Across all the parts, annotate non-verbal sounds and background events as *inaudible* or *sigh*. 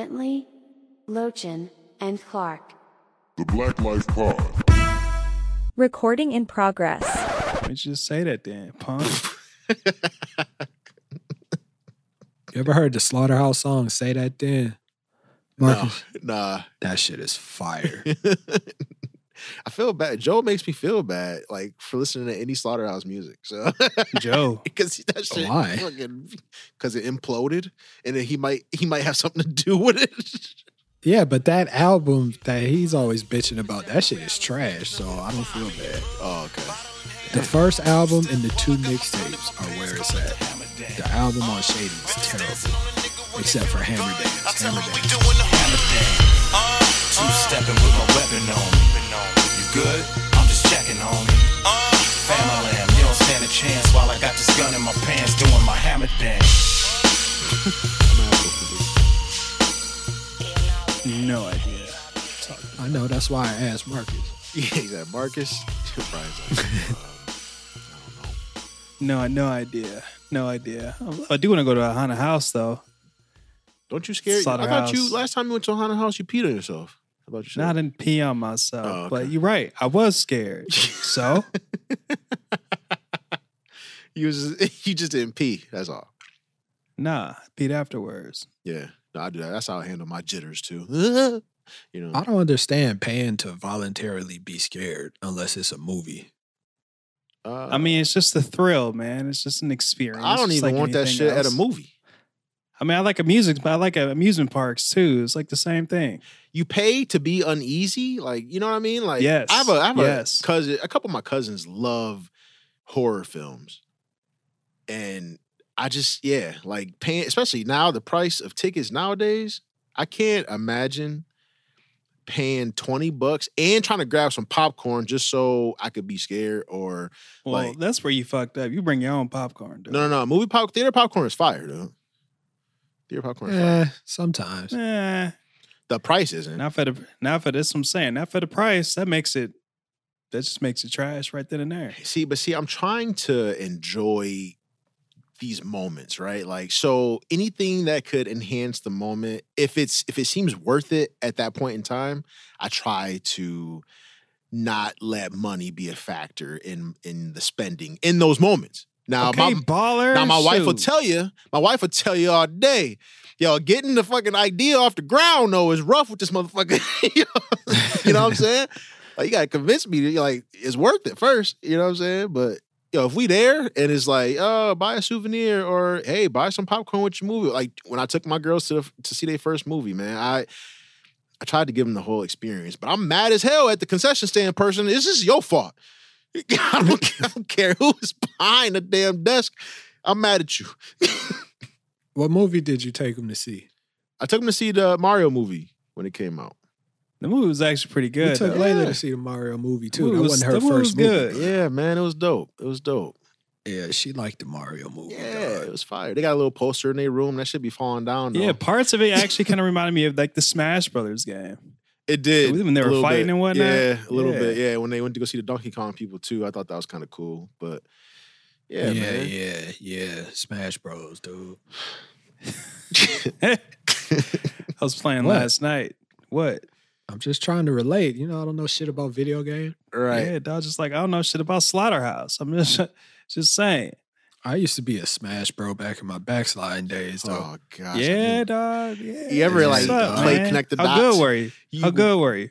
Bentley, Lochin, and Clark. The Black Life Pod. Recording in progress. Let me just say that then, punk. you ever heard the Slaughterhouse song "Say That Then"? No, Marcus, nah. that shit is fire. *laughs* I feel bad. Joe makes me feel bad, like for listening to any slaughterhouse music. So *laughs* Joe, because that shit, Why? Because it imploded, and then he might he might have something to *laughs* do with it. yeah, but that album that he's always bitching about, that shit is trash. So I don't feel bad. Oh, okay. *laughs* The first album and the two mixtapes are where it's at. The album on Shady is terrible, except for Hammer Dance. Hammer Dance. Two stepping with my weapon on me. You good? I'm just checking on me. Family, you don't stand a chance while I got this gun in my pants doing my hammer dance. No idea. I know. That's why I asked Marcus. Yeah, he's at Marcus. Brian's like, No, no idea. No idea. I- I do want to go to a haunted house though. Don't you scare? I thought Slaughterhouse. you last time you went to a haunted house, you peed on yourself. How about And I yourself? didn't pee on myself, Oh, but okay. you're right. I was *laughs* scared. so You just *laughs* you just didn't pee. That's all. nah, I peed afterwards. Yeah, no, I do that. That's how I handle my jitters too. *laughs* you know, I don't understand paying to voluntarily be scared unless it's a movie. uh, I mean, it's just the thrill, man. It's just an experience. I don't just even like want that anything shit at else. a movie. I mean, I like amusement, but I like amusement parks too. It's like the same thing. you pay to be uneasy. Like, you know what I mean? Like, Yes, I have a, I have yes. a cousin, a couple of my cousins love horror films. And I just, yeah, like paying, especially now the price of tickets nowadays, I can't imagine paying 20 bucks and trying to grab some popcorn just so I could be scared or Well, Like- that's where you fucked up. You bring your own popcorn, dude. no, no, no. Movie pop theater popcorn is fire, dude. Theater popcorn is fire. Eh, sometimes. Eh, The price isn't. not for the not for this. I'm saying not for the price. That makes it. That just makes it trash right then and there. See, but see, I'm trying to enjoy these moments, right? Like, so anything that could enhance the moment, if it's if it seems worth it at that point in time, I try to not let money be a factor in in the spending in those moments. Now, okay, my, baller. now my wife will shoot. tell you, my wife will tell you all day, yo, getting the fucking idea off the ground though is rough with this motherfucker. *laughs* you know- you know what I'm saying? Like you gotta convince me that like it's worth it first. You know what I'm saying? But yo, if we there and it's like, oh, buy a souvenir or hey, buy some popcorn with your movie. Like when I took my girls to the, to see their first movie, man, I I tried to give them the whole experience, but I'm mad as hell at the concession stand person. This is your fault. *laughs* I don't, I don't care who's behind the damn desk. I'm mad at you. *laughs* What movie did you take him to see? I took him to see the Mario movie when it came out. The movie was actually pretty We good. took though. Layla Yeah. to see the Mario movie too. Movie that was- wasn't her the movie first was movie. good. Yeah, man, it was dope. It was dope. Yeah, she liked the Mario Oh, movie. Yeah, it dog. was fire. They got a little poster in their room. That should be falling down. Though. Yeah, parts of it actually kind of reminded me of like the Smash Brothers game. it did. When they a were little fighting bit. and whatnot? Yeah, a little Yeah. bit. Yeah, when they went to go see the Donkey Kong people too, I thought that was kind of cool. But yeah, Yeah, yeah, man. yeah, Smash Bros, dude. I was playing What? last night. What? I'm just trying to relate. You know, I don't know shit about video game. Right. Yeah, I was just like, I don't know shit about Slaughterhouse. I'm just *laughs* just saying. I used to be a Smash Bro back in my backsliding days, though. Oh gosh. yeah, dog. Yeah. You ever, What's like, up, play man? Connect the How Dots? good were you? You, How good *laughs* were you?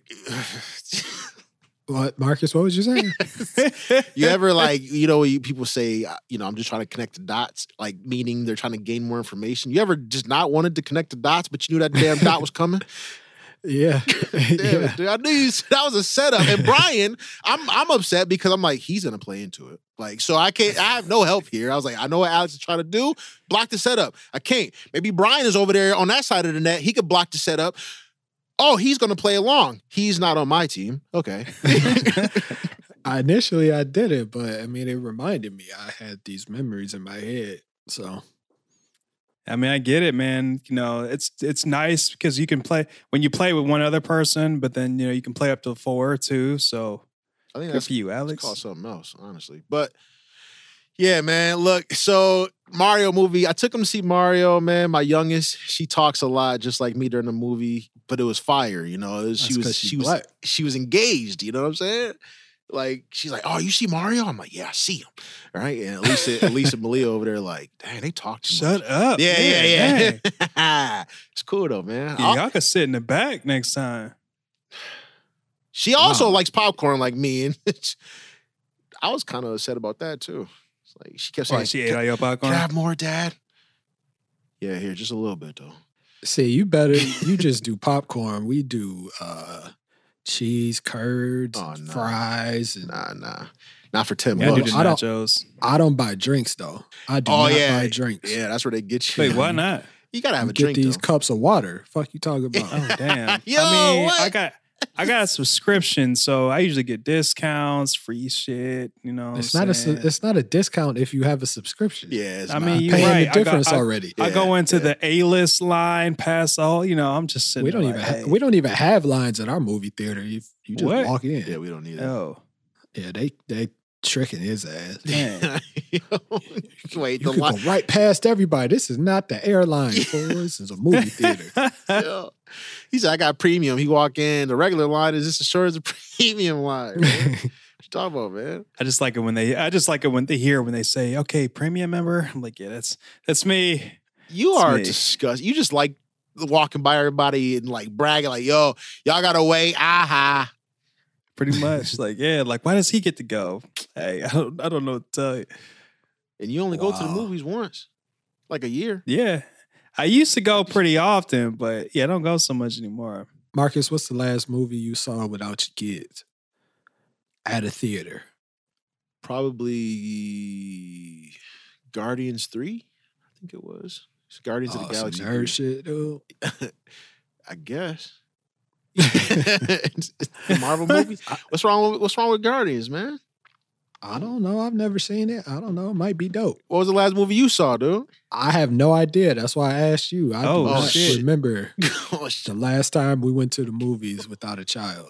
What, Marcus? What was you *laughs* saying? *laughs* you *laughs* ever like you know you, people say uh, you know I'm just trying to connect the dots, like meaning they're trying to gain more information. You ever just not wanted to connect the dots, but you knew that damn dot was coming? yeah, *laughs* *laughs* Damn yeah. it, dude. I knew you, that was a setup. And Brian, I'm I'm upset because I'm like, he's gonna play into it. Like, so I can't, I have no help here. I was like, I know what Alex is trying to do, block the setup. I can't. Maybe Brian is over there on that side of the net. He could block the setup. Oh, he's gonna play along. He's not on my team. Okay. *laughs* I initially I did it, but I mean, it reminded me I had these memories in my head. So *laughs* I mean, I get it, man. You know, it's it's nice because you can play when you play with one other person, but then you know you can play up to four or two. So I think good that's for you, it's called Alex. something else, honestly. But Yeah, man. Look, so Mario movie. I took him to see Mario, man. My youngest, she talks a lot, just like me during the movie. But it was fire, you know. It was- she That's was 'cause she's she was black. she was engaged. You know what I'm saying? Like she's like, oh, you see Mario? I'm like, yeah, I see him. All right, and *laughs* Lisa, Lisa Malia over there, like, dang, they talk too much. Shut up. Yeah, yeah, *laughs* dang. yeah. it's cool though, man. Yeah, y'all could sit in the back next time. She also Wow. likes popcorn like me, and *laughs* I was kind of upset about that too. It's like she kept saying, Why, Oh, she ate "Can- all your popcorn. Can I have more, Dad? Yeah, here, just a little bit though. See, you better *laughs* you just do popcorn. We do uh cheese, curds, Oh, no. fries, and Nah, nah, not for ten Yeah, I do bucks. the I don't- nachos. I don't buy drinks though. I do Oh not yeah, buy drinks. Yeah, that's where they get you. Wait, why not? *laughs* You gotta have You a get drink. these though. cups of water. Fuck you *laughs* talking about? Oh *laughs* damn. Yo, I mean, I what? got I got a subscription, so I usually get discounts, free shit. You know, what it's I'm not a saying? su- it's not a discount if you have a subscription. yeah, it's I not. mean, you paying right. the I got- difference I- already. I go Yeah, into yeah. the A list line, past all. You know, I'm just sitting. we don't there even like, ha- hey, we don't even have lines at our movie theater. You you just What? walk in. *laughs* yeah, Yeah, we don't need that. Yo, they they tricking his ass. *laughs* man. Yo, Wait, You the could go line. right past everybody. This is not the *laughs* airline. fool. This is a movie theater. Yo. He said, "I got premium." He walk in. The regular line is just as short as the *laughs* premium line. Man. *laughs* what you talking about, man? I just like it when they. I just like it when they hear when they say, "Okay, premium member." I'm like, yeah, that's that's me. You It's are me. disgusting. You just like walking by everybody and like bragging, like, yo, y'all got away. Aha. Pretty *laughs* much, like yeah, like why does he get to go? Hey, I don't, I don't know what to tell you. And you only go to the Wow. movies once, like a year. Yeah, I used to go pretty often, but yeah, I don't go so much anymore. Marcus, what's the last movie you saw without your kids at a theater? Probably Guardians 3, I think it was. It's Guardians of Oh, the some Galaxy. nerd 3. shit, dude. I guess. *laughs* It's the Marvel movies. What's wrong with what's wrong with Guardians, man? I don't know. I've never seen it. I don't know. It might be dope. What was the last movie you saw, dude? I have no idea. That's why I asked you. I Oh, do not shit. remember oh, the shit. last time we went to the movies without a child.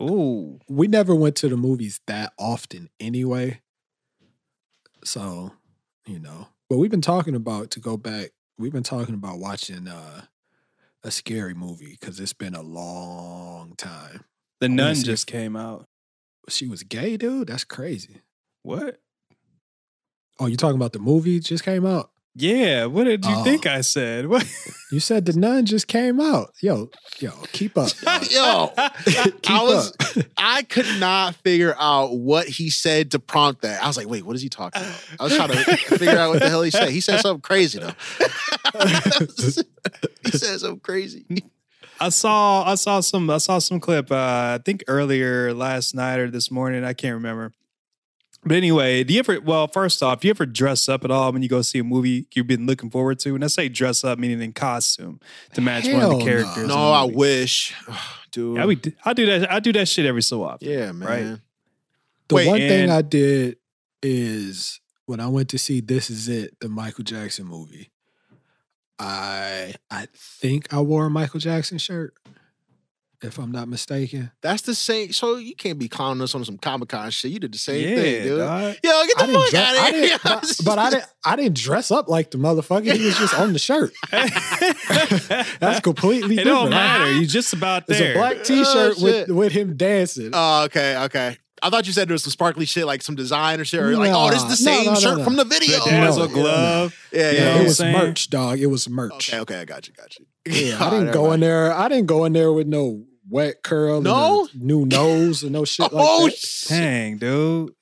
Ooh, We never went to the movies that often anyway. So, you know. But we've been talking about to go back, we've been talking about watching uh a scary movie because it's been a long time. the wanna nun see just came out. She was gay, dude. That's crazy. What? Oh, you talking about the movie just came out? Yeah, what did you Oh. think I said? What? *laughs* You said the nun just came out. Yo, yo, keep up. dog. *laughs* Yo, Keep *laughs* I was up. *laughs* I could not figure out what he said to prompt that. I was like, wait, what is he talking about? I was trying to figure out what the hell he said. He *laughs* said something crazy though. *laughs* he said something crazy. I saw I saw some I saw some clip uh, I think earlier last night or this morning I can't remember. But anyway, do you ever well first off, do you ever dress up at all when you go see a movie you've been looking forward to? And I say dress up meaning in costume to match one Hell of no. the characters. in the No, I movie. wish. Dude. Yeah, we d- I do that I do that shit every so often. yeah, man. Right. The Wait, one thing and- I did is when I went to see This Is It, the Michael Jackson movie. I I think I wore a Michael Jackson shirt, if I'm not mistaken. That's the same. So you can't be clowning us on some Comic Con shit. You did the same yeah, thing, dude. dog. Yo, get I the fuck dress, out I of here. didn't- *laughs* but, but I didn't I didn't dress up like the motherfucker. He was just on the *laughs* shirt. *laughs* That's completely it different. don't matter. You just about It's there. a black T-shirt Oh, with shit. with him dancing. Oh, okay, okay. I thought you said there was some sparkly shit, like some design or shit, or like, oh, this is the Nah, no, same no, no, shirt no. from the video. The dazzle No. glove. Yeah, yeah, yeah. you know what it I'm was saying? merch, dog. It was merch. Okay, okay, I got you, got you. *laughs* Yeah, I didn't go in there. I didn't go in there with no wet curl, and No? a new nose, and no shit like oh that. shit, Dang, dude.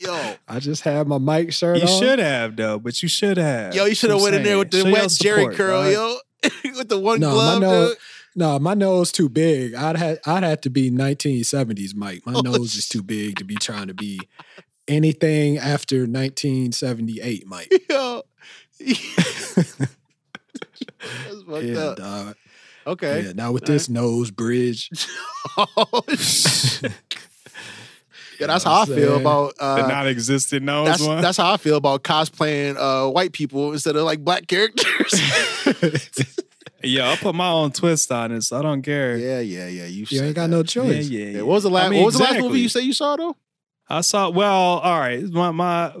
yo, I just had my mic shirt You on. should have though, but you should have. yo, you should have I'm went in there saying. with the Show your wet Jerry support, curl, dog. yo, *laughs* with the one No, my glove, nose. dude. No, my nose too big. I'd had. I'd have to be 1970s Mike. My Oh, nose is too big to be trying to be anything after 1978 Mike. *laughs* Yo, *laughs* that's fucked yeah, up. dog. Okay. Yeah, now with this nose bridge. *laughs* Oh, *laughs* shit. yeah, that's how I feel Saying. about the uh, non-existent nose that's one. that's how I feel about cosplaying uh, white people instead of like *laughs* black characters. yeah, I put my own twist on it, so I don't care. yeah, yeah, yeah. You, You said ain't got that. no yeah, choice. yeah. Yeah, what was the last? I mean, what was the last movie exactly. you say you saw though? I saw. Well, all right. My my.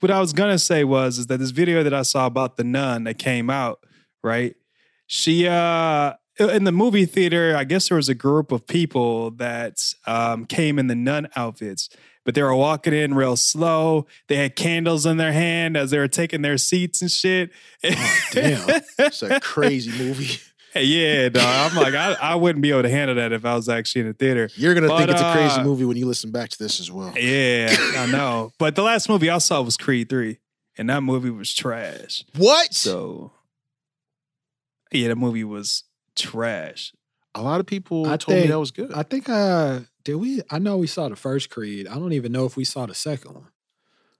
What I was gonna say was is that this video that I saw about the nun that came out, right? She uh in the movie theater, I guess there was a group of people that um, came in the nun outfits, but they were walking in real slow. They had candles in their hand as they were taking their seats and shit. *laughs* damn. It's a crazy movie. *laughs* yeah, dog. I'm like, I, I wouldn't be able to handle that if I was actually in the theater. You're gonna think But, it's a crazy uh, movie when you listen back to this as well. Yeah, I know. But the last movie I saw was Creed 3, and that movie was trash. What? So, yeah, the movie was trash. a lot of people I told me think- that was good. I think uh did we I know we saw the first Creed. I don't even know if we saw the second one.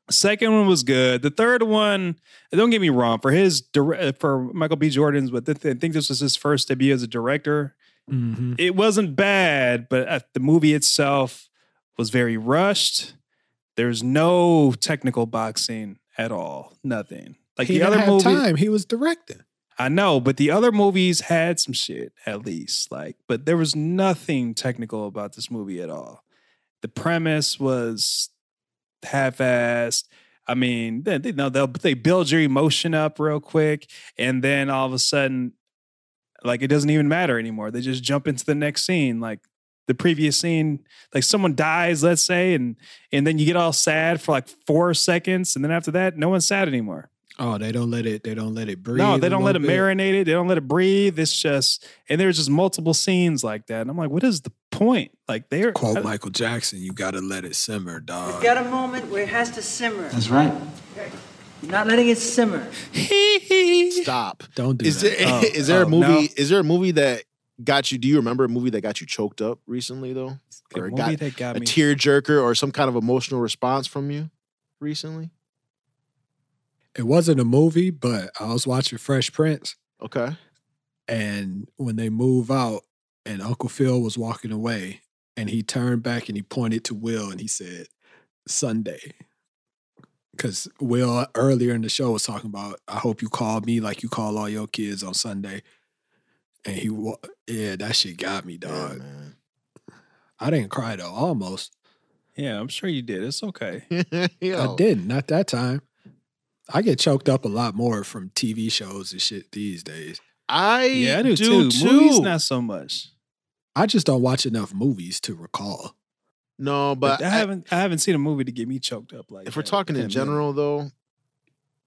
Second one was good. The third one, don't get me wrong, for his dire- for Michael B. Jordan's, but I think this was his first debut as a director. Mm-hmm. it wasn't bad, but uh, the movie itself was very rushed. There's no technical boxing at all. Nothing. Like he the didn't other have movie, time. He was directing. I know, but the other movies had some shit at least. Like, but there was nothing technical about this movie at all. The premise was half-assed. I mean, they, they, no, they'll, they build your emotion up real quick, and then all of a sudden, like it doesn't even matter anymore. They just jump into the next scene, like the previous scene. Like someone dies, let's say, and and then you get all sad for like four seconds, and then after that, no one's sad anymore. Oh, they don't let it. They don't let it breathe. No, a they don't let it little bit. marinate it. They don't let it breathe. It's just, and there's just multiple scenes like that. And I'm like, what is the point? Like they're Quote I- *laughs* Michael Jackson: "You gotta let it simmer, dog." We've got a moment where it has to simmer. That's right. You're not letting it simmer. Stop. Don't do Is that. there, *laughs* Oh, is there oh, a movie? no. Is there a movie that got you? Do you remember a movie that got you choked up recently though, The or movie got that got a me. tearjerker or some kind of emotional response from you recently? it wasn't a movie, but I was watching Fresh Prince, Okay. and when they move out, and Uncle Phil was walking away, and he turned back and he pointed to Will and he said, "Sunday." Because Will earlier in the show was talking about, I hope you call me like you call all your kids on Sunday. And he, wa- yeah, that shit got me, Yeah, dog. man. I didn't cry though, almost. yeah, I'm sure you did. It's okay. *laughs* Yo. I didn't, not that time. I get choked up a lot more from TV shows and shit these days. I Yeah, I do, do, too. too. Movies, not so much. I just don't watch enough movies to recall. no, But, but I I- haven't, I haven't seen a movie to get me choked up like. if we're that. talking Yeah, in man. general though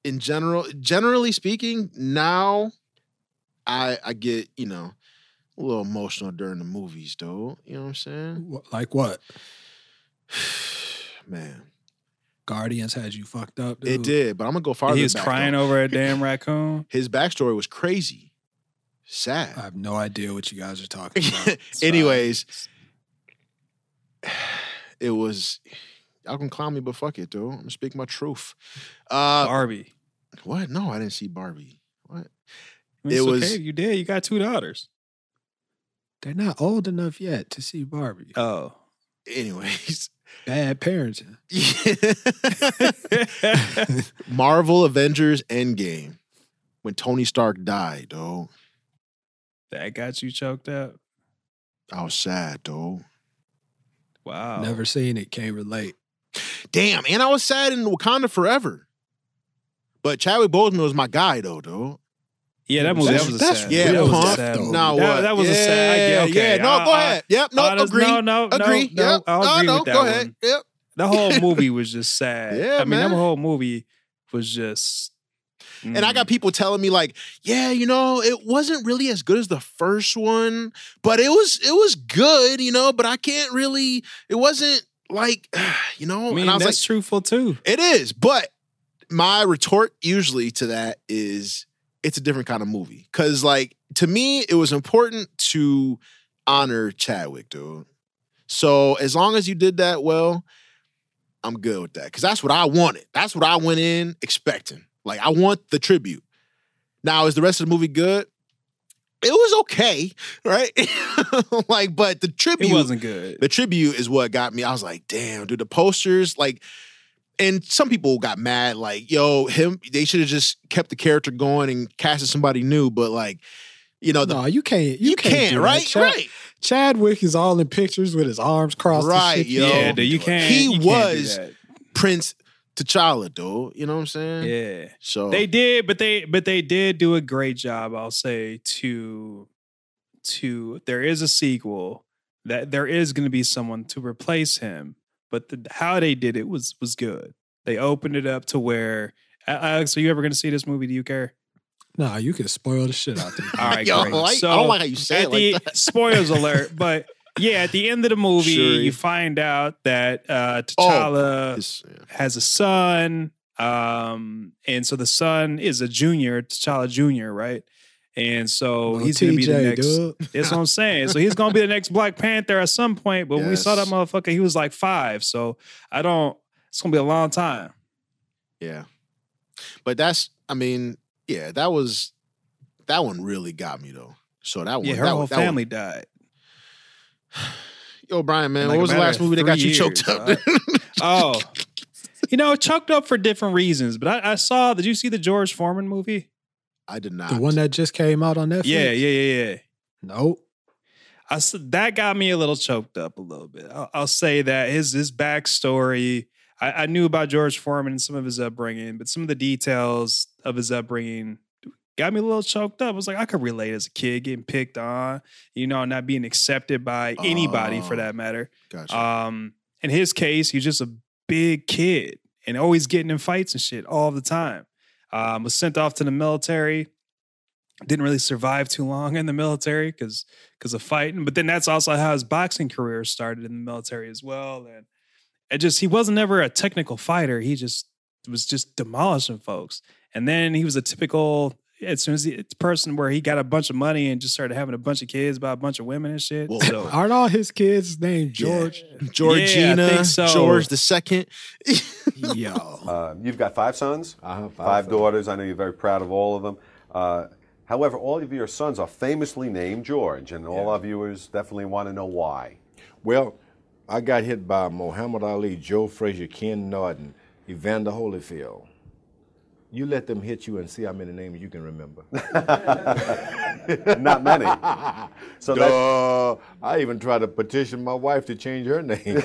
in general generally speaking now i i get you know a little emotional during the movies though you know what i'm saying *sighs* Wh- Like what? man Guardians had you fucked up. it dude? did but i'm gonna go farther he was back, crying though. *laughs* over a damn raccoon. his backstory was crazy sad I have no idea what you guys are talking about. It's uh, fine. anyways *sighs* it was y'all can clown me but fuck it though i'm gonna speak my truth uh Barbie. what no i didn't see barbie what *laughs* I mean, it it's was- okay. if You did. You got two daughters. They're not old enough yet to see Barbie. *laughs* Oh. anyways Bad parenting. *laughs* Marvel Avengers Endgame. When Tony Stark died, though, that got you choked up. I was sad, though. Wow. Never seen it. Can't relate. Damn, and I was sad in Wakanda Forever. But Chadwick Boseman was my guy, though, though. Yeah, Oh, that movie. That's- That was a that's sad. Yeah, that was punk, a sad though. movie. Now That, what? that was yeah, a sad. Okay, yeah. No, I- go I- ahead. Yep. No, I just- agree. Uh, No, no, no, agree. No, yep. I'll no, agree no, with that go one. ahead. Yep. *laughs* The whole movie was just sad. Yeah, I mean, man. that whole movie was just. mm. And I got people telling me like, yeah, you know, it wasn't really as good as the first one, but it was it was good, you know, but I can't really it wasn't like, *sighs* you know, I mean, and I was that's like, truthful too. It is, but my retort usually to that is it's a different kind of movie. Cause like to me, it was important to honor Chadwick, dude. So as long as you did that well, I'm good with that. Cause that's what I wanted. That's what I went in expecting. Like I want the tribute. Now, is the rest of the movie good? It was okay, right? *laughs* like, but the tribute It wasn't good. the tribute is what got me. I was like, damn, dude, the posters, like, and some people got mad, like, yo, him, they should have just kept the character going and casted somebody new, but like, You know, the no, you can't. You, you, can't, can't, do that. right? Chad- right. Chadwick is all in pictures with his arms crossed. and Right, shit. yo. yeah, dude, you can't. He you can't do was- that. Prince T'Challa, dude. You know what I'm saying? Yeah. So *laughs* They did, but they but they did do a great job, I'll say, to to there is a sequel that there is gonna be someone to replace him. But the, how they did it was was good. They opened it up to where A- Alex, are you ever gonna see this movie? Do you care? Nah, you can spoil the shit out *laughs* there. All right, Yo, *laughs* great. I- I So, don't like how you say it at the, like that. *laughs* Spoilers alert, but yeah, at the end of the movie, Sure. you find out that uh Oh, T'Challa *laughs* It's- yeah. has a son. Um, and so the son is a junior, T'Challa Junior, right? And so Little Oh, he's gonna be the TJ, next. dude. *laughs* That's what I'm saying. So he's gonna be the next Black Panther at some point. But when we saw that Yes. motherfucker, he was like five. So I don't. It's gonna be a long time. Yeah. But that's, I mean, yeah, that was, that one really got me though. So that one, yeah, her that whole one, that one- family died. Yo, Brian, man, In, like, what a was the matter last of movie that got three you choked years, up? Oh, you know, choked up for different reasons. But I, I saw. Did you see the George Foreman movie? I did not. The one that just came out on Netflix. Yeah, yeah, yeah, yeah. Nope. I s- that got me a little choked up a little bit. I'll, I'll say that his his backstory. I, I knew about George Foreman and some of his upbringing, but some of the details of his upbringing got me a little choked up. I was like, I could relate as a kid getting picked on, you know, not being accepted by anybody for Oh. that matter. Gotcha. Um, in his case, he's just a big kid and always getting in fights and shit all the time. Um, was sent off to the military. Didn't really survive too long in the military because because of fighting. But then that's also how his boxing career started in the military as well. And it just he wasn't ever a technical fighter. He just was just demolishing folks. And then he was a typical as soon as he, person where he got a bunch of money and just started having a bunch of kids by a bunch of women and shit. Whoa. So Aren't all his kids named *laughs* George? Georgina, Yeah, I think so. George the second. Yo. Uh, you've got five sons, five, daughters. I know you're very proud of all of them. Uh, however, all of your sons are famously named George, and all our viewers definitely want to know why. *laughs* Well, I got hit by Muhammad Ali, Joe Frazier, Ken Norton, Evander Holyfield. You let them hit you and see how many names you can remember. *laughs* Not many. so that's Duh. I even tried to petition my wife to change her name.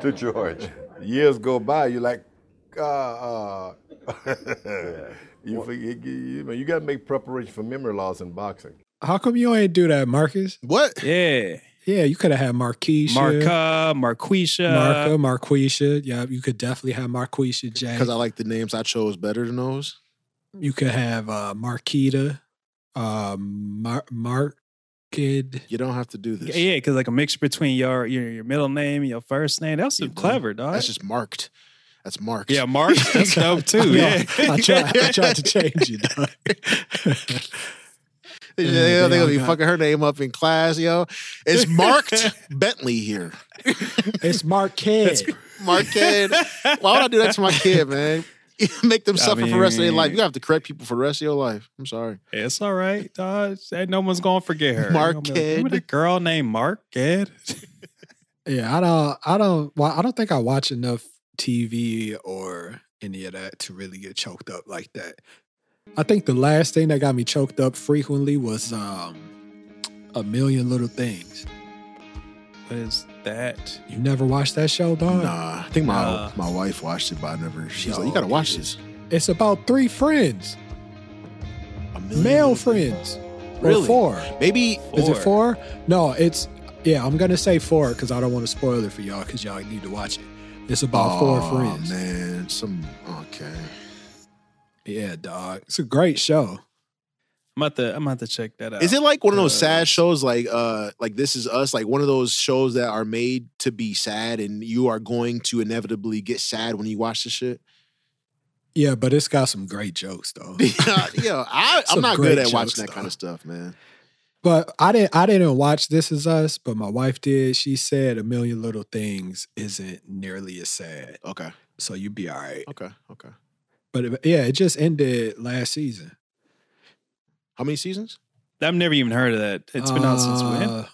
to George. Years go by, you're like, uh, uh. you, forget, you, you, you got to make preparation for memory loss in boxing. How come you ain't do that, Marcus? What? *laughs* yeah. Yeah, you could have had Marquisha. Marca, Marquisha. Marca, Marquisha. Yeah, you could definitely have Marquisha J. Because I like the names I chose better than those. You could have uh, Marquita, uh, Mar- Markid. You don't have to do this. Yeah, because like a mixture between your your, your middle name and your first name. That's some clever, dog. That's just marked. That's marked. *laughs* yeah, Mark. That's dope too. Yo, Yeah. I, tried, I tried to change it. dog. They, Yeah, Mm-hmm. they- they they gonna all be got- fucking her name up in class, yo. It's *laughs* marked Bentley here. *laughs* it's Marquette. Marked. Why would I do that to my kid, man? *laughs* Make them I suffer for the rest of their mean- life. You have to correct people for the rest of your life. I'm sorry. It's all right, dog. Ain't no one's gonna forget her. Mark Gonna be like, Remember Kidd. that girl named Mark Kidd? Yeah, I don't. I don't. Well, I don't think I watch enough TV or any of that to really get choked up like that. I think the last thing that got me choked up frequently was um, a million little things. *laughs* What is that? You never watched that show, dog? Nah, I think my Nah. my wife watched it, but I never. She's Yo, like, you gotta watch it this. It's about three friends, A million male little things. friends, Really? or four. Maybe Is it four? No, it's yeah. I'm gonna say four because I don't want to spoil it for y'all because y'all need to watch it. It's about four Aw, friends. Man, some okay. Yeah, dog. It's a great show. I'm about to I'm about to check that out. Is it like one of those Uh, sad shows, like uh, like This Is Us, like one of those shows that are made to be sad, and you are going to inevitably get sad when you watch this shit? Yeah, but it's got some great jokes though. *laughs* yeah, yeah, I, I'm Some not great good at jokes, watching that though. kind of stuff, man. But I didn't I didn't watch This Is Us, but my wife did. She said a million little things isn't nearly as sad. Okay, So you'd be all right. okay, okay. But it, yeah, it just ended last season. How many seasons? I've never even heard of that. It's been out since when? Uh,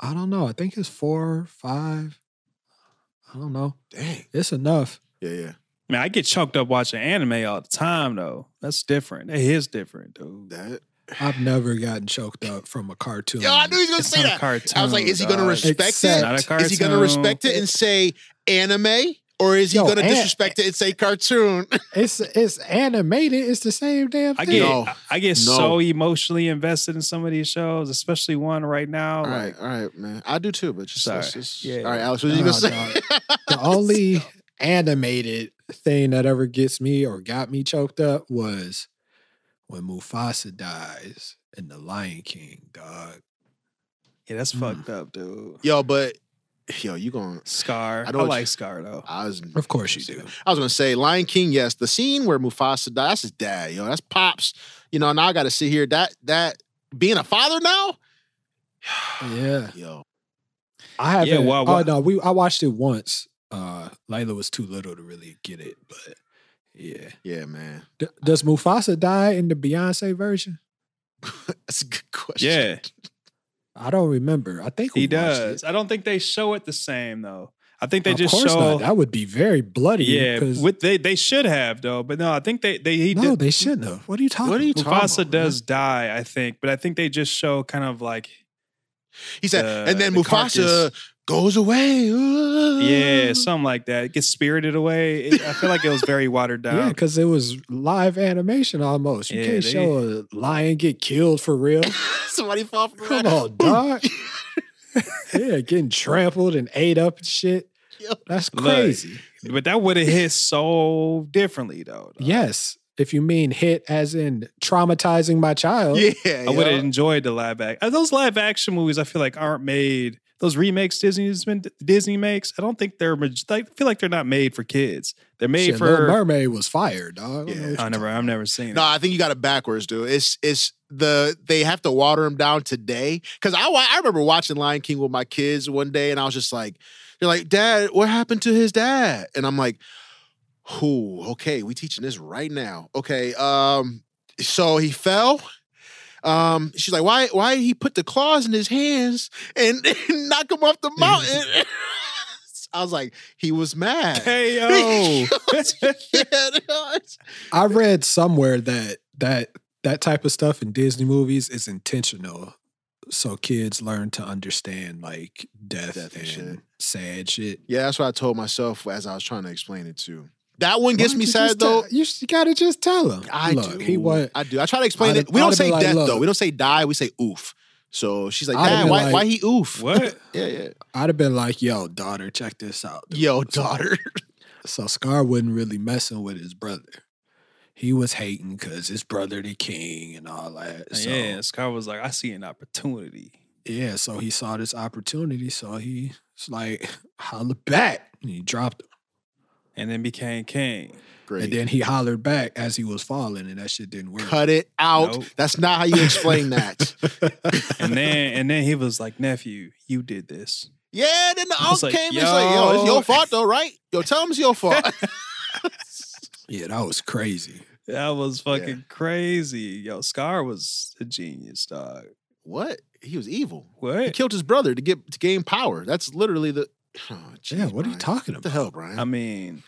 I don't know. I think it's four, five. I don't know. Dang. It's enough. Yeah, yeah. Man, I get choked up watching anime all the time though. That's different. It is different, dude. That *sighs* I've never gotten choked up from a cartoon. Yo, I knew he was gonna It's say not a that. I cartoon, was like, is he gonna dog. respect Except- it? Not a Is he gonna cartoon. respect it and say anime? Or is he Yo, gonna an- disrespect it and say cartoon? *laughs* It's it's animated. It's the same damn I thing. get No. I- I get No. so emotionally invested in some of these shows, especially one right now. all right, like, all right, man. I do too, but just, Sorry. let's just- Yeah. all right, Alex, what are you Nah, gonna say? dog. *laughs* the only animated thing that ever gets me or got me choked up was when Mufasa dies in The Lion King, dog. Yeah, that's Mm. fucked up, dude. *laughs* Yo, but yo, you going Scar. I I, know what you- like Scar though. I *laughs* was Of course you do. I was gonna say Lion King, yes. The scene where Mufasa dies, that's his dad, yo. That's pops. You know, now I gotta sit here. That that being a father now? Yeah. Yo. I haven't. Yeah, well, oh well- no, we I watched it once. Uh Layla was too little to really get it, but yeah. Yeah, man. D- does Mufasa die in the Beyonce version? That's a good question. Yeah, I don't remember. I think we he watched it. does. I don't think they show it the same though. I think they of just course show. not. That would be very bloody. yeah, 'cause- with they they should have though, but no, I think they they he no, did. they shouldn't have. What are you talking? What are you about? talking about, Mufasa man? does die, I think, but I think they just show kind of like He said, the- and then the Mufasa goes away. yeah, something like that. It gets spirited away. It- I feel like it was very watered down. Yeah, because it was live animation almost. You Yeah, can't they- show a lion get killed for *laughs* real. *laughs* Somebody fall from the Come ladder. on, dog. *laughs* yeah, getting trampled and ate up and shit. Yo. That's Look. crazy. But that would have hit so differently though. dog. Yes. If you mean hit as in traumatizing my child. *laughs* Yeah, I would have yo. enjoyed the live action. Those live action movies, I feel like aren't made. Those remakes Disney's been Disney makes, I don't think they're. maj- I feel like they're not made for kids. They're made Shit, Little for. Mermaid was fired, dog. I don't know Yeah. what I you never. I've never seen. No, *laughs* it. I think you got it backwards, dude. It's it's the they have to water him down today because I wa- I remember watching Lion King with my kids one day, and I was just like, they're like, Dad, what happened to his dad? And I'm like, who? Okay, we teaching this right now. Okay, um, so he fell. Um, she's like, why why he put the claws in his hands and, *laughs* knock him off the mountain? *laughs* I was like, he was mad. *laughs* *laughs* Hey yo, I read somewhere that that that type of stuff in Disney movies is intentional, so kids learn to understand like death, Death and and shit. sad shit. Yeah, that's what I told myself as I was trying to explain it too. That one gets Why me don't you sad just tell- though. you s- gotta just tell him. I Look, do. He was. I do. I try to explain I'd- it. We I'd don't have say been like, death "Look." though. We don't say die. We say oof. So she's like, I'd have Dad, been why, like- why he oof? what? *laughs* Yeah, yeah. I'd have been like, "Yo, daughter, check this out." dude." Yo, daughter. *laughs* So Scar wasn't really messing with his brother. He was hating because his brother the king and all Oh, that. So, yeah, Scar was like, I see an opportunity. yeah, so he saw this opportunity, so he's like, *laughs* "Holla back!" And he dropped him. And then became king. Great. And then he hollered back as he was falling, and that shit didn't work. Cut it out. Nope. That's not how you explain *laughs* that. And then and then he was like, nephew, you did this. yeah, then the I was uncle like, came and it's like, yo, it's yo. your fault though, right? Yo, tell him it's your *laughs* fault. *laughs* Yeah, that was crazy. That was fucking crazy. Yo, Scar was a genius, dog. what? He was evil. He What? killed his brother to get to gain power. That's literally the *sighs* oh, jeez, yeah, what are you Brian. talking What the about? hell, Brian? I mean,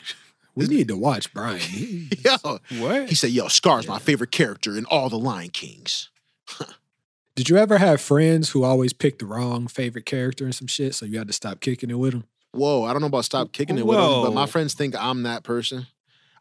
We need to watch Brian. *laughs* He- *laughs* yo. what? He said, "Yo, Scar's my favorite character in all the Lion Kings." Did you ever have friends who always picked the wrong favorite character and some shit, so you had to stop kicking it with them? Whoa, I don't know about stop kicking it with him, but my Whoa. friends think I'm that person.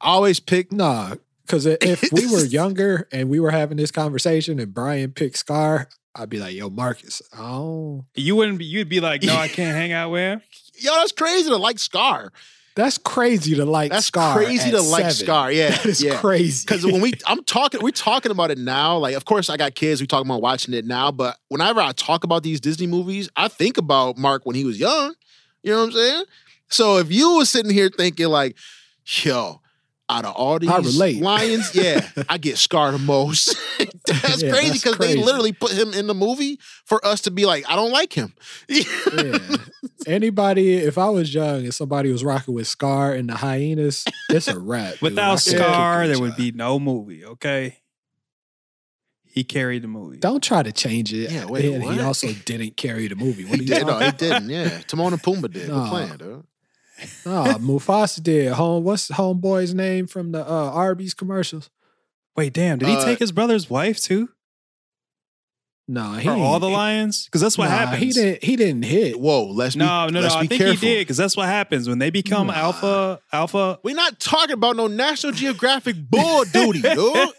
I always pick. Nah, because if we *laughs* were younger and we were having this conversation and Brian picked Scar, I'd be like, "Yo, Marcus, oh, You wouldn't be, you'd be like, no, I can't hang out with him. Yo, that's crazy to like Scar. that's crazy to like That's Scar. crazy at to like seven. Scar. *laughs* Yeah, That is yeah. crazy. Because when we, I'm talking, we're talking about it now. Like, of course, I got kids. We talking about watching it now. But whenever I talk about these Disney movies, I think about Mark when he was young. You know what I'm saying? So if you was sitting here thinking like, yo, out of all these I relate. *laughs* lions, yeah, I get Scar the most. *laughs* that's Yeah, crazy that's because they crazy. literally put him in the movie for us to be like, I don't like him. Yeah. Anybody, if I was young and somebody was rocking with Scar and the hyenas, it's *laughs* a wrap. dude. I Without can't kick Scar, with there y'all. would be no movie, okay? He carried the movie. Don't try to change it. Yeah, wait, And what? He also didn't carry the movie. What He are you did. No, talking he didn't. Yeah, Timon and Pumbaa did. We're Nah. playing, dude. about? *laughs* Nah, Mufasa did. Home, what's homeboy's name from the uh, Arby's commercials? Wait, damn, did he Uh, take his brother's wife too? No, he For all didn't- the lions? Because that's what nah, happens. He didn't. He didn't *laughs* hit. Whoa, let's No, be, no, no. let's I be think careful. he did because that's what happens when they become alpha, alpha. We're not talking about no National Geographic bull duty, dude.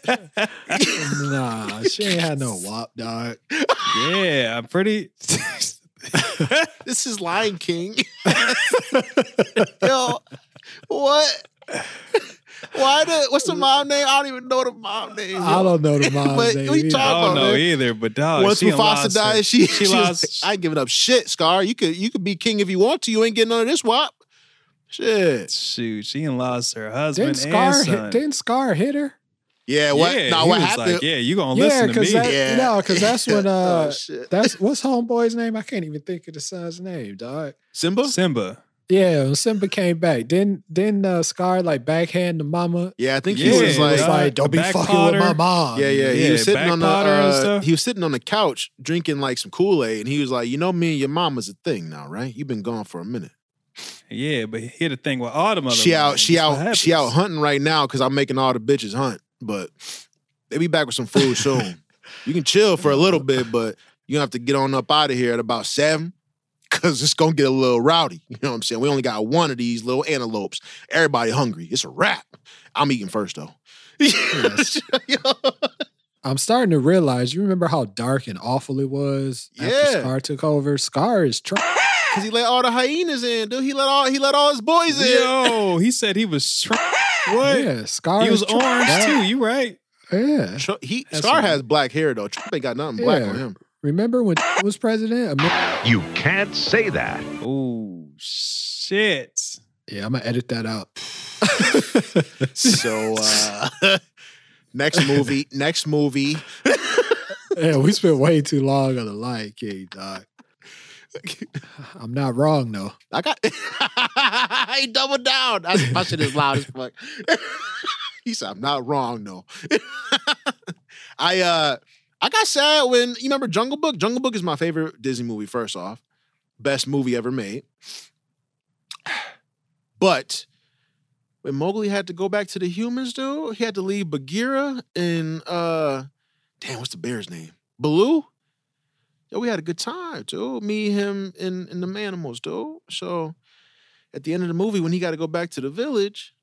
*laughs* Nah, she ain't had *laughs* no wop dog. Yeah, I'm *laughs* pretty. *laughs* This is Lion King. *laughs* Yo, what? Why the what's the mom name? I don't even know the mom name. I yo. don't know the mom's *laughs* But name. we either. talk- I don't on, know man. either, but dog, Once she done Mufasa lost her. dies, she, she, was lost. like, I ain't giving up shit, Scar. You could you could be king if you want to. You ain't getting none of this wop. Shit. *laughs* shoot, she done lost her didn't husband and Scar son. hit, didn't Scar hit her? Yeah, what Yeah, nah, he what was happened? Like, yeah, you gonna yeah, listen to me? that, Yeah. no, because that's *laughs* when uh, Oh, shit. that's what's homeboy's name. I can't even think of the son's name, dog. Simba? Simba. Yeah, when Simba came back, then then uh, Scar like backhand the mama. Yeah, I think Yeah, he was like, dog. like, don't be Back fucking with my potter. mom. Yeah, yeah. Yeah, He was sitting on the backpatter and uh, stuff. he was sitting on the couch drinking like some Kool Aid, and he was like, "You know, me and your mama's a thing now, right? You've been gone for a minute. Yeah, but here the thing with all the mother. she out, lions, she that's what out, she out happens. hunting right now because I'm making all the bitches hunt. But they be back with some *laughs* food soon. you can chill for a little bit, but you have to get on up out of here at about seven because it's gonna get a little rowdy. You know what I'm saying? We only got one of these little antelopes. Everybody hungry. It's a wrap. I'm eating first though. I'm starting to realize. You remember how dark and awful it was after Yeah. Scar took over. Scar is trying. Cause he let all the hyenas in, dude. He let all he let all his boys in. Yo, he said he *laughs* was. Tr- what? yeah, Scar He was is trying. orange too. You right? Yeah. Tr- he That's Scar what- has black hair though. Trump ain't got nothing black Yeah. on him. Remember when *laughs* was president? Amer- You can't say that. Oh shit. Yeah, I'm gonna edit that out. So uh *laughs* next movie, next movie. Yeah, we spent way too long on the Lion King, dog. *laughs* I'm not wrong though. I got *laughs* he doubled down. I, my shit is loud as fuck. *laughs* he said, I'm not wrong though. *laughs* I uh I got sad when you remember Jungle Book? Jungle Book is my favorite Disney movie, first off. Best movie ever made. *sighs* But when Mowgli had to go back to the humans, dude, he had to leave Bagheera and uh damn, what's the bear's name? Baloo? Yo, we had a good time, dude. Me, him, and and the animals, dude. So at the end of the movie, when he got to go back to the village,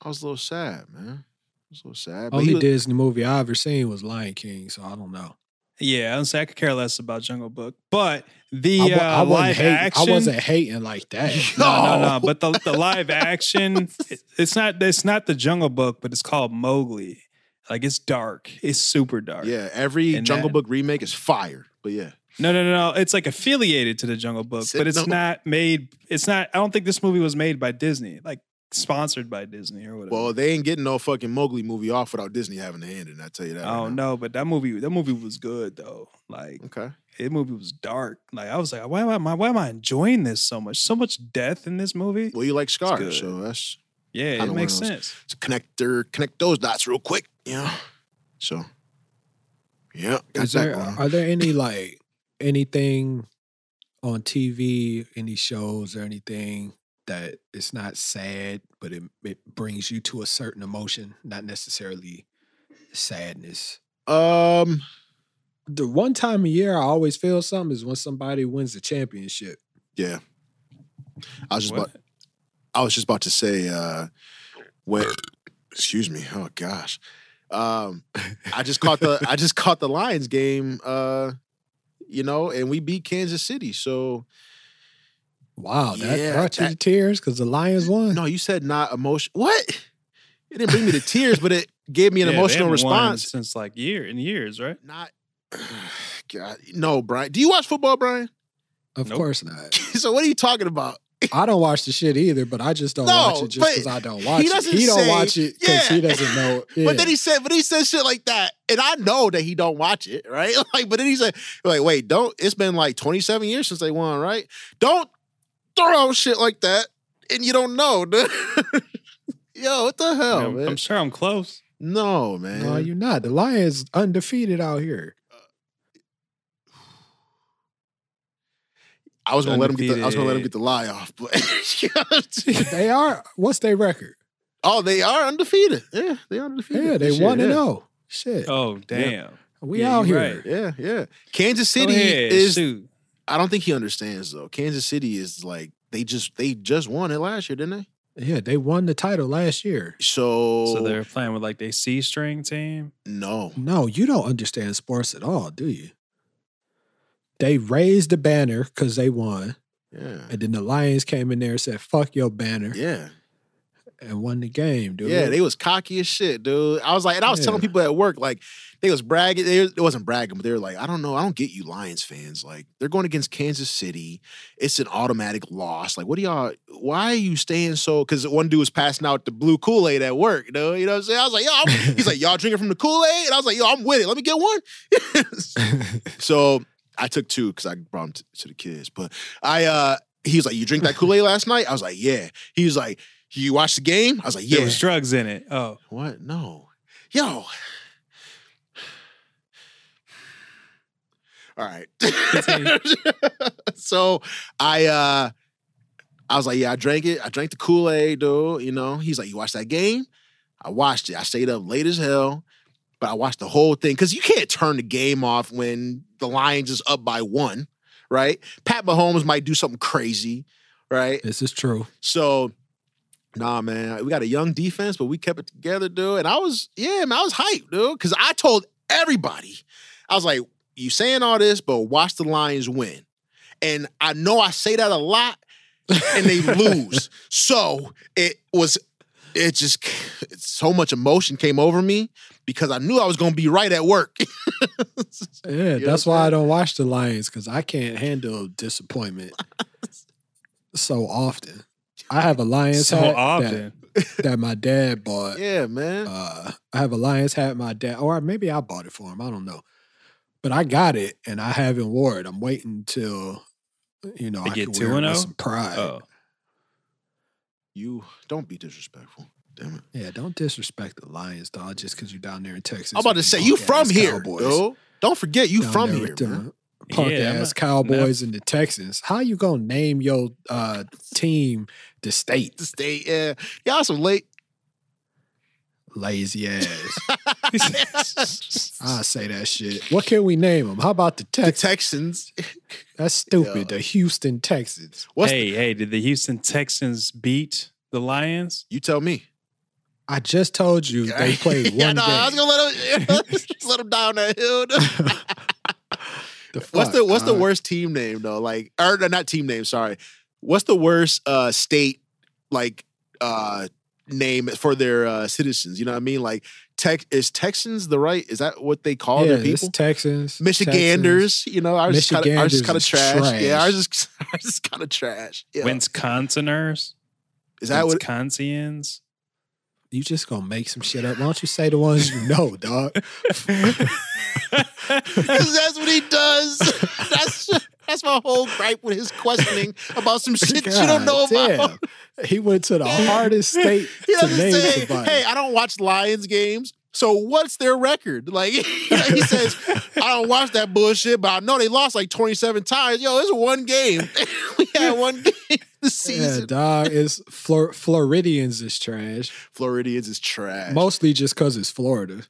I was a little sad, man. I was a little sad. But Only he was, Disney movie I ever seen was Lion King, so I don't know. Yeah, I'm saying I could care less about Jungle Book, but the I, wa- I uh, wasn't live hating, action. I wasn't hating *laughs* like that. No, no, no. But the, the *laughs* live action, it- it's not it's not the Jungle Book, but it's called Mowgli. Like it's dark. It's super dark. Yeah, every And Jungle that- Book remake is fire. But yeah, No, no, no, no. It's like affiliated to the Jungle Book, Said but it's no. not made. It's not. I don't think this movie was made by Disney. Like sponsored by Disney or whatever. well, they ain't getting no fucking Mowgli movie off without Disney having a hand in. it, I tell you that. I right don't now. know, Oh, but that movie, that movie was good though. Like Okay. it movie was dark. Like I was like, why am I, why am I enjoying this so much? So much death in this movie. Well, you like Scar, good. so that's Yeah, Kinda it one makes of those. sense. to connect their connect those dots real quick. You know. So. Yeah, got Is that there, going. are there any like anything on TV, any shows or anything that it's not sad, but it, it brings you to a certain emotion, not necessarily sadness? Um, The one time a year I always feel something is when somebody wins the championship. yeah. I was just What? about. I was just about to say. uh When, excuse me. Oh gosh. Um, I just caught the. I just caught the Lions game. Uh, you know, and we beat Kansas City. So Wow, that Yeah, brought you to that- tears because the Lions won. no, you said not emotion. What? It didn't bring me to tears, but it gave me an *laughs* Yeah, they emotional haven't won response. since like year in years, right? Not. *sighs* God, no, Brian. Do you watch football, Brian? *laughs* of Nope. course not. so what are you talking about? I don't watch the shit either, but I just don't No, watch it just but because I don't he watch it. doesn't He don't say- watch it because he Yeah. doesn't know. *laughs* But Yeah. then he said, but he said shit like that, and I know that he don't watch it, right? *laughs* Like, but then he said, like, wait, don't. It's been like twenty seven years since they won, right? Don't throw out shit like that, and you don't know, dude. *laughs* Yo, what the hell, Yeah, I'm, man? I'm sure I'm close. no, man. No, you're not. The Lions undefeated out *laughs* here. I was gonna let him get. The, I was gonna let him Undefeated. get the lie off, *laughs* but They are. What's their record? oh, *laughs* they are undefeated. Yeah, they are undefeated. Yeah, they Shit, one and yeah. zero. Shit. Oh damn! We Yeah, out you here. right. Yeah, yeah. Kansas City ahead, is. shoot. I don't think he understands though. Kansas City is like they just they just won it last year, didn't they? Yeah, they won the title last year. So, So they're playing with like they C string team. no. No, you don't understand sports at all, do you? They raised the banner because they won. Yeah, And then the Lions came in there and said, fuck your banner yeah, and won the game, dude. yeah. They was cocky as shit, dude. I was like, and I was telling Yeah. people at work like they was bragging. They, it wasn't bragging, but they were like, I don't know, I don't get you Lions fans. Like they're going against Kansas City. It's an automatic loss. Like what do y'all? Why are you staying so? Because one dude was passing out the blue Kool Aid at work. You know, you know what I'm saying? I was like, yo, I'm, he's like, y'all drinking from the Kool Aid, and I was like, yo, I'm with it. Let me get one. *laughs* So I took two because I brought them t- to the kids. But I, uh he was like, "You drink that Kool Aid last night?" I was like, "Yeah." He was like, "You watched the game?" I was like, There "Yeah." was drugs in it. Oh, what? No, yo. *sighs* All right. *laughs* so I, uh I was like, "Yeah, I drank it. I drank the Kool Aid, dude." You know, he's like, "You watched that game?" I watched it. I stayed up late as hell, but I watched the whole thing because you can't turn the game off when the Lions is up by one, right? Pat Mahomes might do something crazy, right? This is true. So, nah, man, we got a young defense, but we kept it together, dude. And I was, yeah, man, I was hyped, dude, because I told everybody, I was like, you saying all this, but watch the Lions win. And I know I say that a lot, and *laughs* they lose. So it was, it just, so much emotion came over me because I knew I was going to be right at work. *laughs* Yeah, You that's why I understand? don't watch the Lions because I can't handle *laughs* disappointment so often. I have a Lions so hat often. That, that my dad bought. yeah, man. Uh, I have a Lions hat my dad, or maybe I bought it for him. I don't know, but I got it and I haven't wore it. I'm waiting till you know To I get can wear it 2-0? with some pride. Oh, you don't be disrespectful. Damn it. Yeah, don't disrespect the Lions, dog. Just because you're down there in Texas, I'm about to with say, the you punk-ass from here, Cowboys. dude. Don't forget, you down from there here, with man. them Punk Yeah, I'm ass not- Cowboys and the Texans. How you gonna name your uh, team the the state? state. Yeah, y'all *laughs* some late. Lazy *laughs* ass. I say that shit. What can we name them? How about the The Texans? *laughs* Texans. That's stupid. The Houston Texans. What's hey, hey, did the Houston Texans beat the Lions? you tell me? I just told you *laughs* they played one yeah, no, I was game. gonna let *laughs* them *laughs* just let them down that hill. dude. The what's fuck, the uh. What's the dog? worst team name though? Like, or no, not team name. Sorry. What's the worst uh, state like uh, name for their uh, citizens? You know what I mean? Like, Tex is Texans the right? Is that what they call Yeah, their it's people? Texans. Texans. Michiganders, you know, ours is kind of ours is Michiganders kind of is trash. Yeah, trash. ours is *laughs* ours is kind of trash. Yeah. Wisconsiners? is that what? Wisconsians? You just gonna make some shit up. Why don't you say the ones you know, dog? Because that's what *laughs* he does. *laughs* That's that's my whole gripe with his questioning about some *laughs* shit you don't know God about. *laughs* damn. He went to the hardest state He to doesn't name say, somebody. "Hey, I don't watch Lions games." So what's their record? Like *laughs* he says, I don't watch that bullshit, but I know they lost like 27 times. Yo, it's one game. *laughs* we had one *laughs* game this yeah, season. *laughs* dog. It's Flor- Floridians is trash. Floridians is trash. Oh. Mostly just because it's Florida.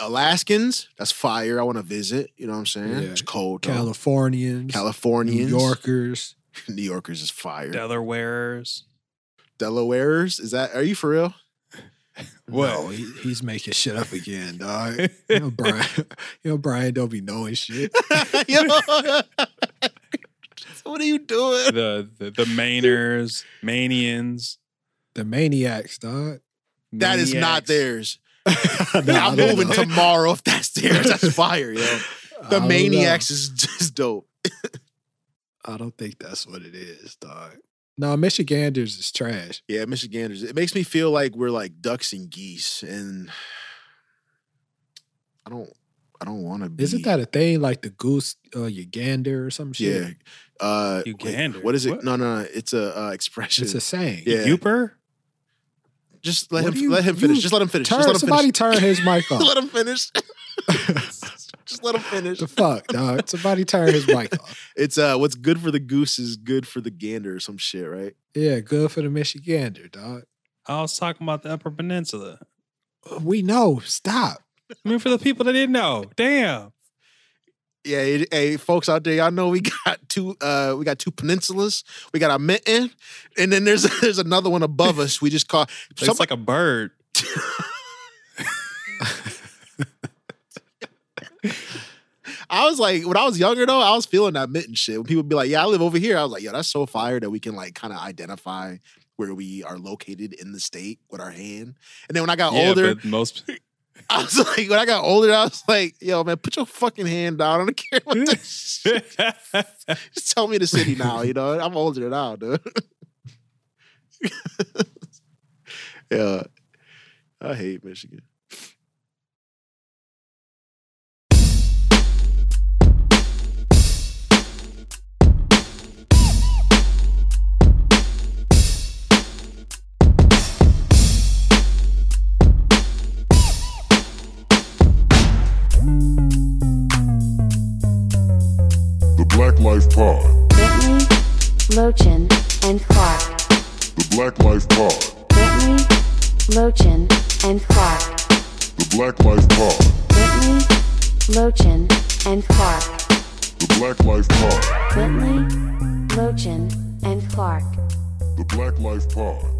Alaskans, that's fire. I want to visit. You know what I'm saying? Yeah. It's cold. though. Californians, Californians, New Yorkers. *laughs* New Yorkers is fire. Delaware's. Delaware's, is that? Are you for real? *laughs* No, he, he's making shit up again, *laughs* dog. You know Brian. You know Brian don't be knowing shit. Yo. *laughs* what are you doing? the, the the Mainers, Manians. The maniacs, dog. That is not *laughs* Maniacs. theirs. No, I I'm don't moving know. tomorrow if that's *laughs* theirs. That's fire, yo. I The don't know. maniacs is just dope. I don't think that's what it is, dog. No, Michiganders is trash. Yeah, Michiganders. It makes me feel like we're like ducks and geese, and I don't, I don't want to be. Isn't that a thing like the goose or your gander or some shit? yeah? Uh, wait, Ugander. what is it? What? No, no, no. It's a uh, expression. It's a saying. yeah. Uper? Just let What him. do you- let him finish. you Just let him finish. Turn, just let him somebody finish. turn his *laughs* mic off. let him finish. just let him finish. the fuck, dog. Somebody turn his mic *laughs* off. It's uh, what's good for the goose is good for the gander or some shit, right? Yeah, good for the Michigander, dog. I was talking about the Upper Peninsula. We know. Stop. I mean, for the people that didn't know, damn. Yeah, it- hey, folks out there, y'all know we *laughs* got two. Uh, we got two peninsulas. We got our mitten, and then there's *laughs* there's another one above us. We just call. It's like a bird. I was like, when I was younger though, I was feeling that mitten shit. When people be like, "Yeah, I live over here," I was like, "Yo, that's so fire that we can like kind of identify where we are located in the state with our hand." And then when I got Yeah, older, but most *laughs* *laughs* I was like, when I got older, I was like, "Yo, man, put your fucking hand down. I don't care what *laughs* this. Just tell me the city now. You know, I'm older than now, dude." *laughs* yeah, I hate Michigan. The Black Life Pod. Whitney, Lochin, and Clark. The Black Life Pod. Whitney, Lochin, and Clark. The Black Life Pod. Whitney, Lochin, and Clark. The Black Life Pod. Whitney, Lochin, and Clark. The Black Life Pod.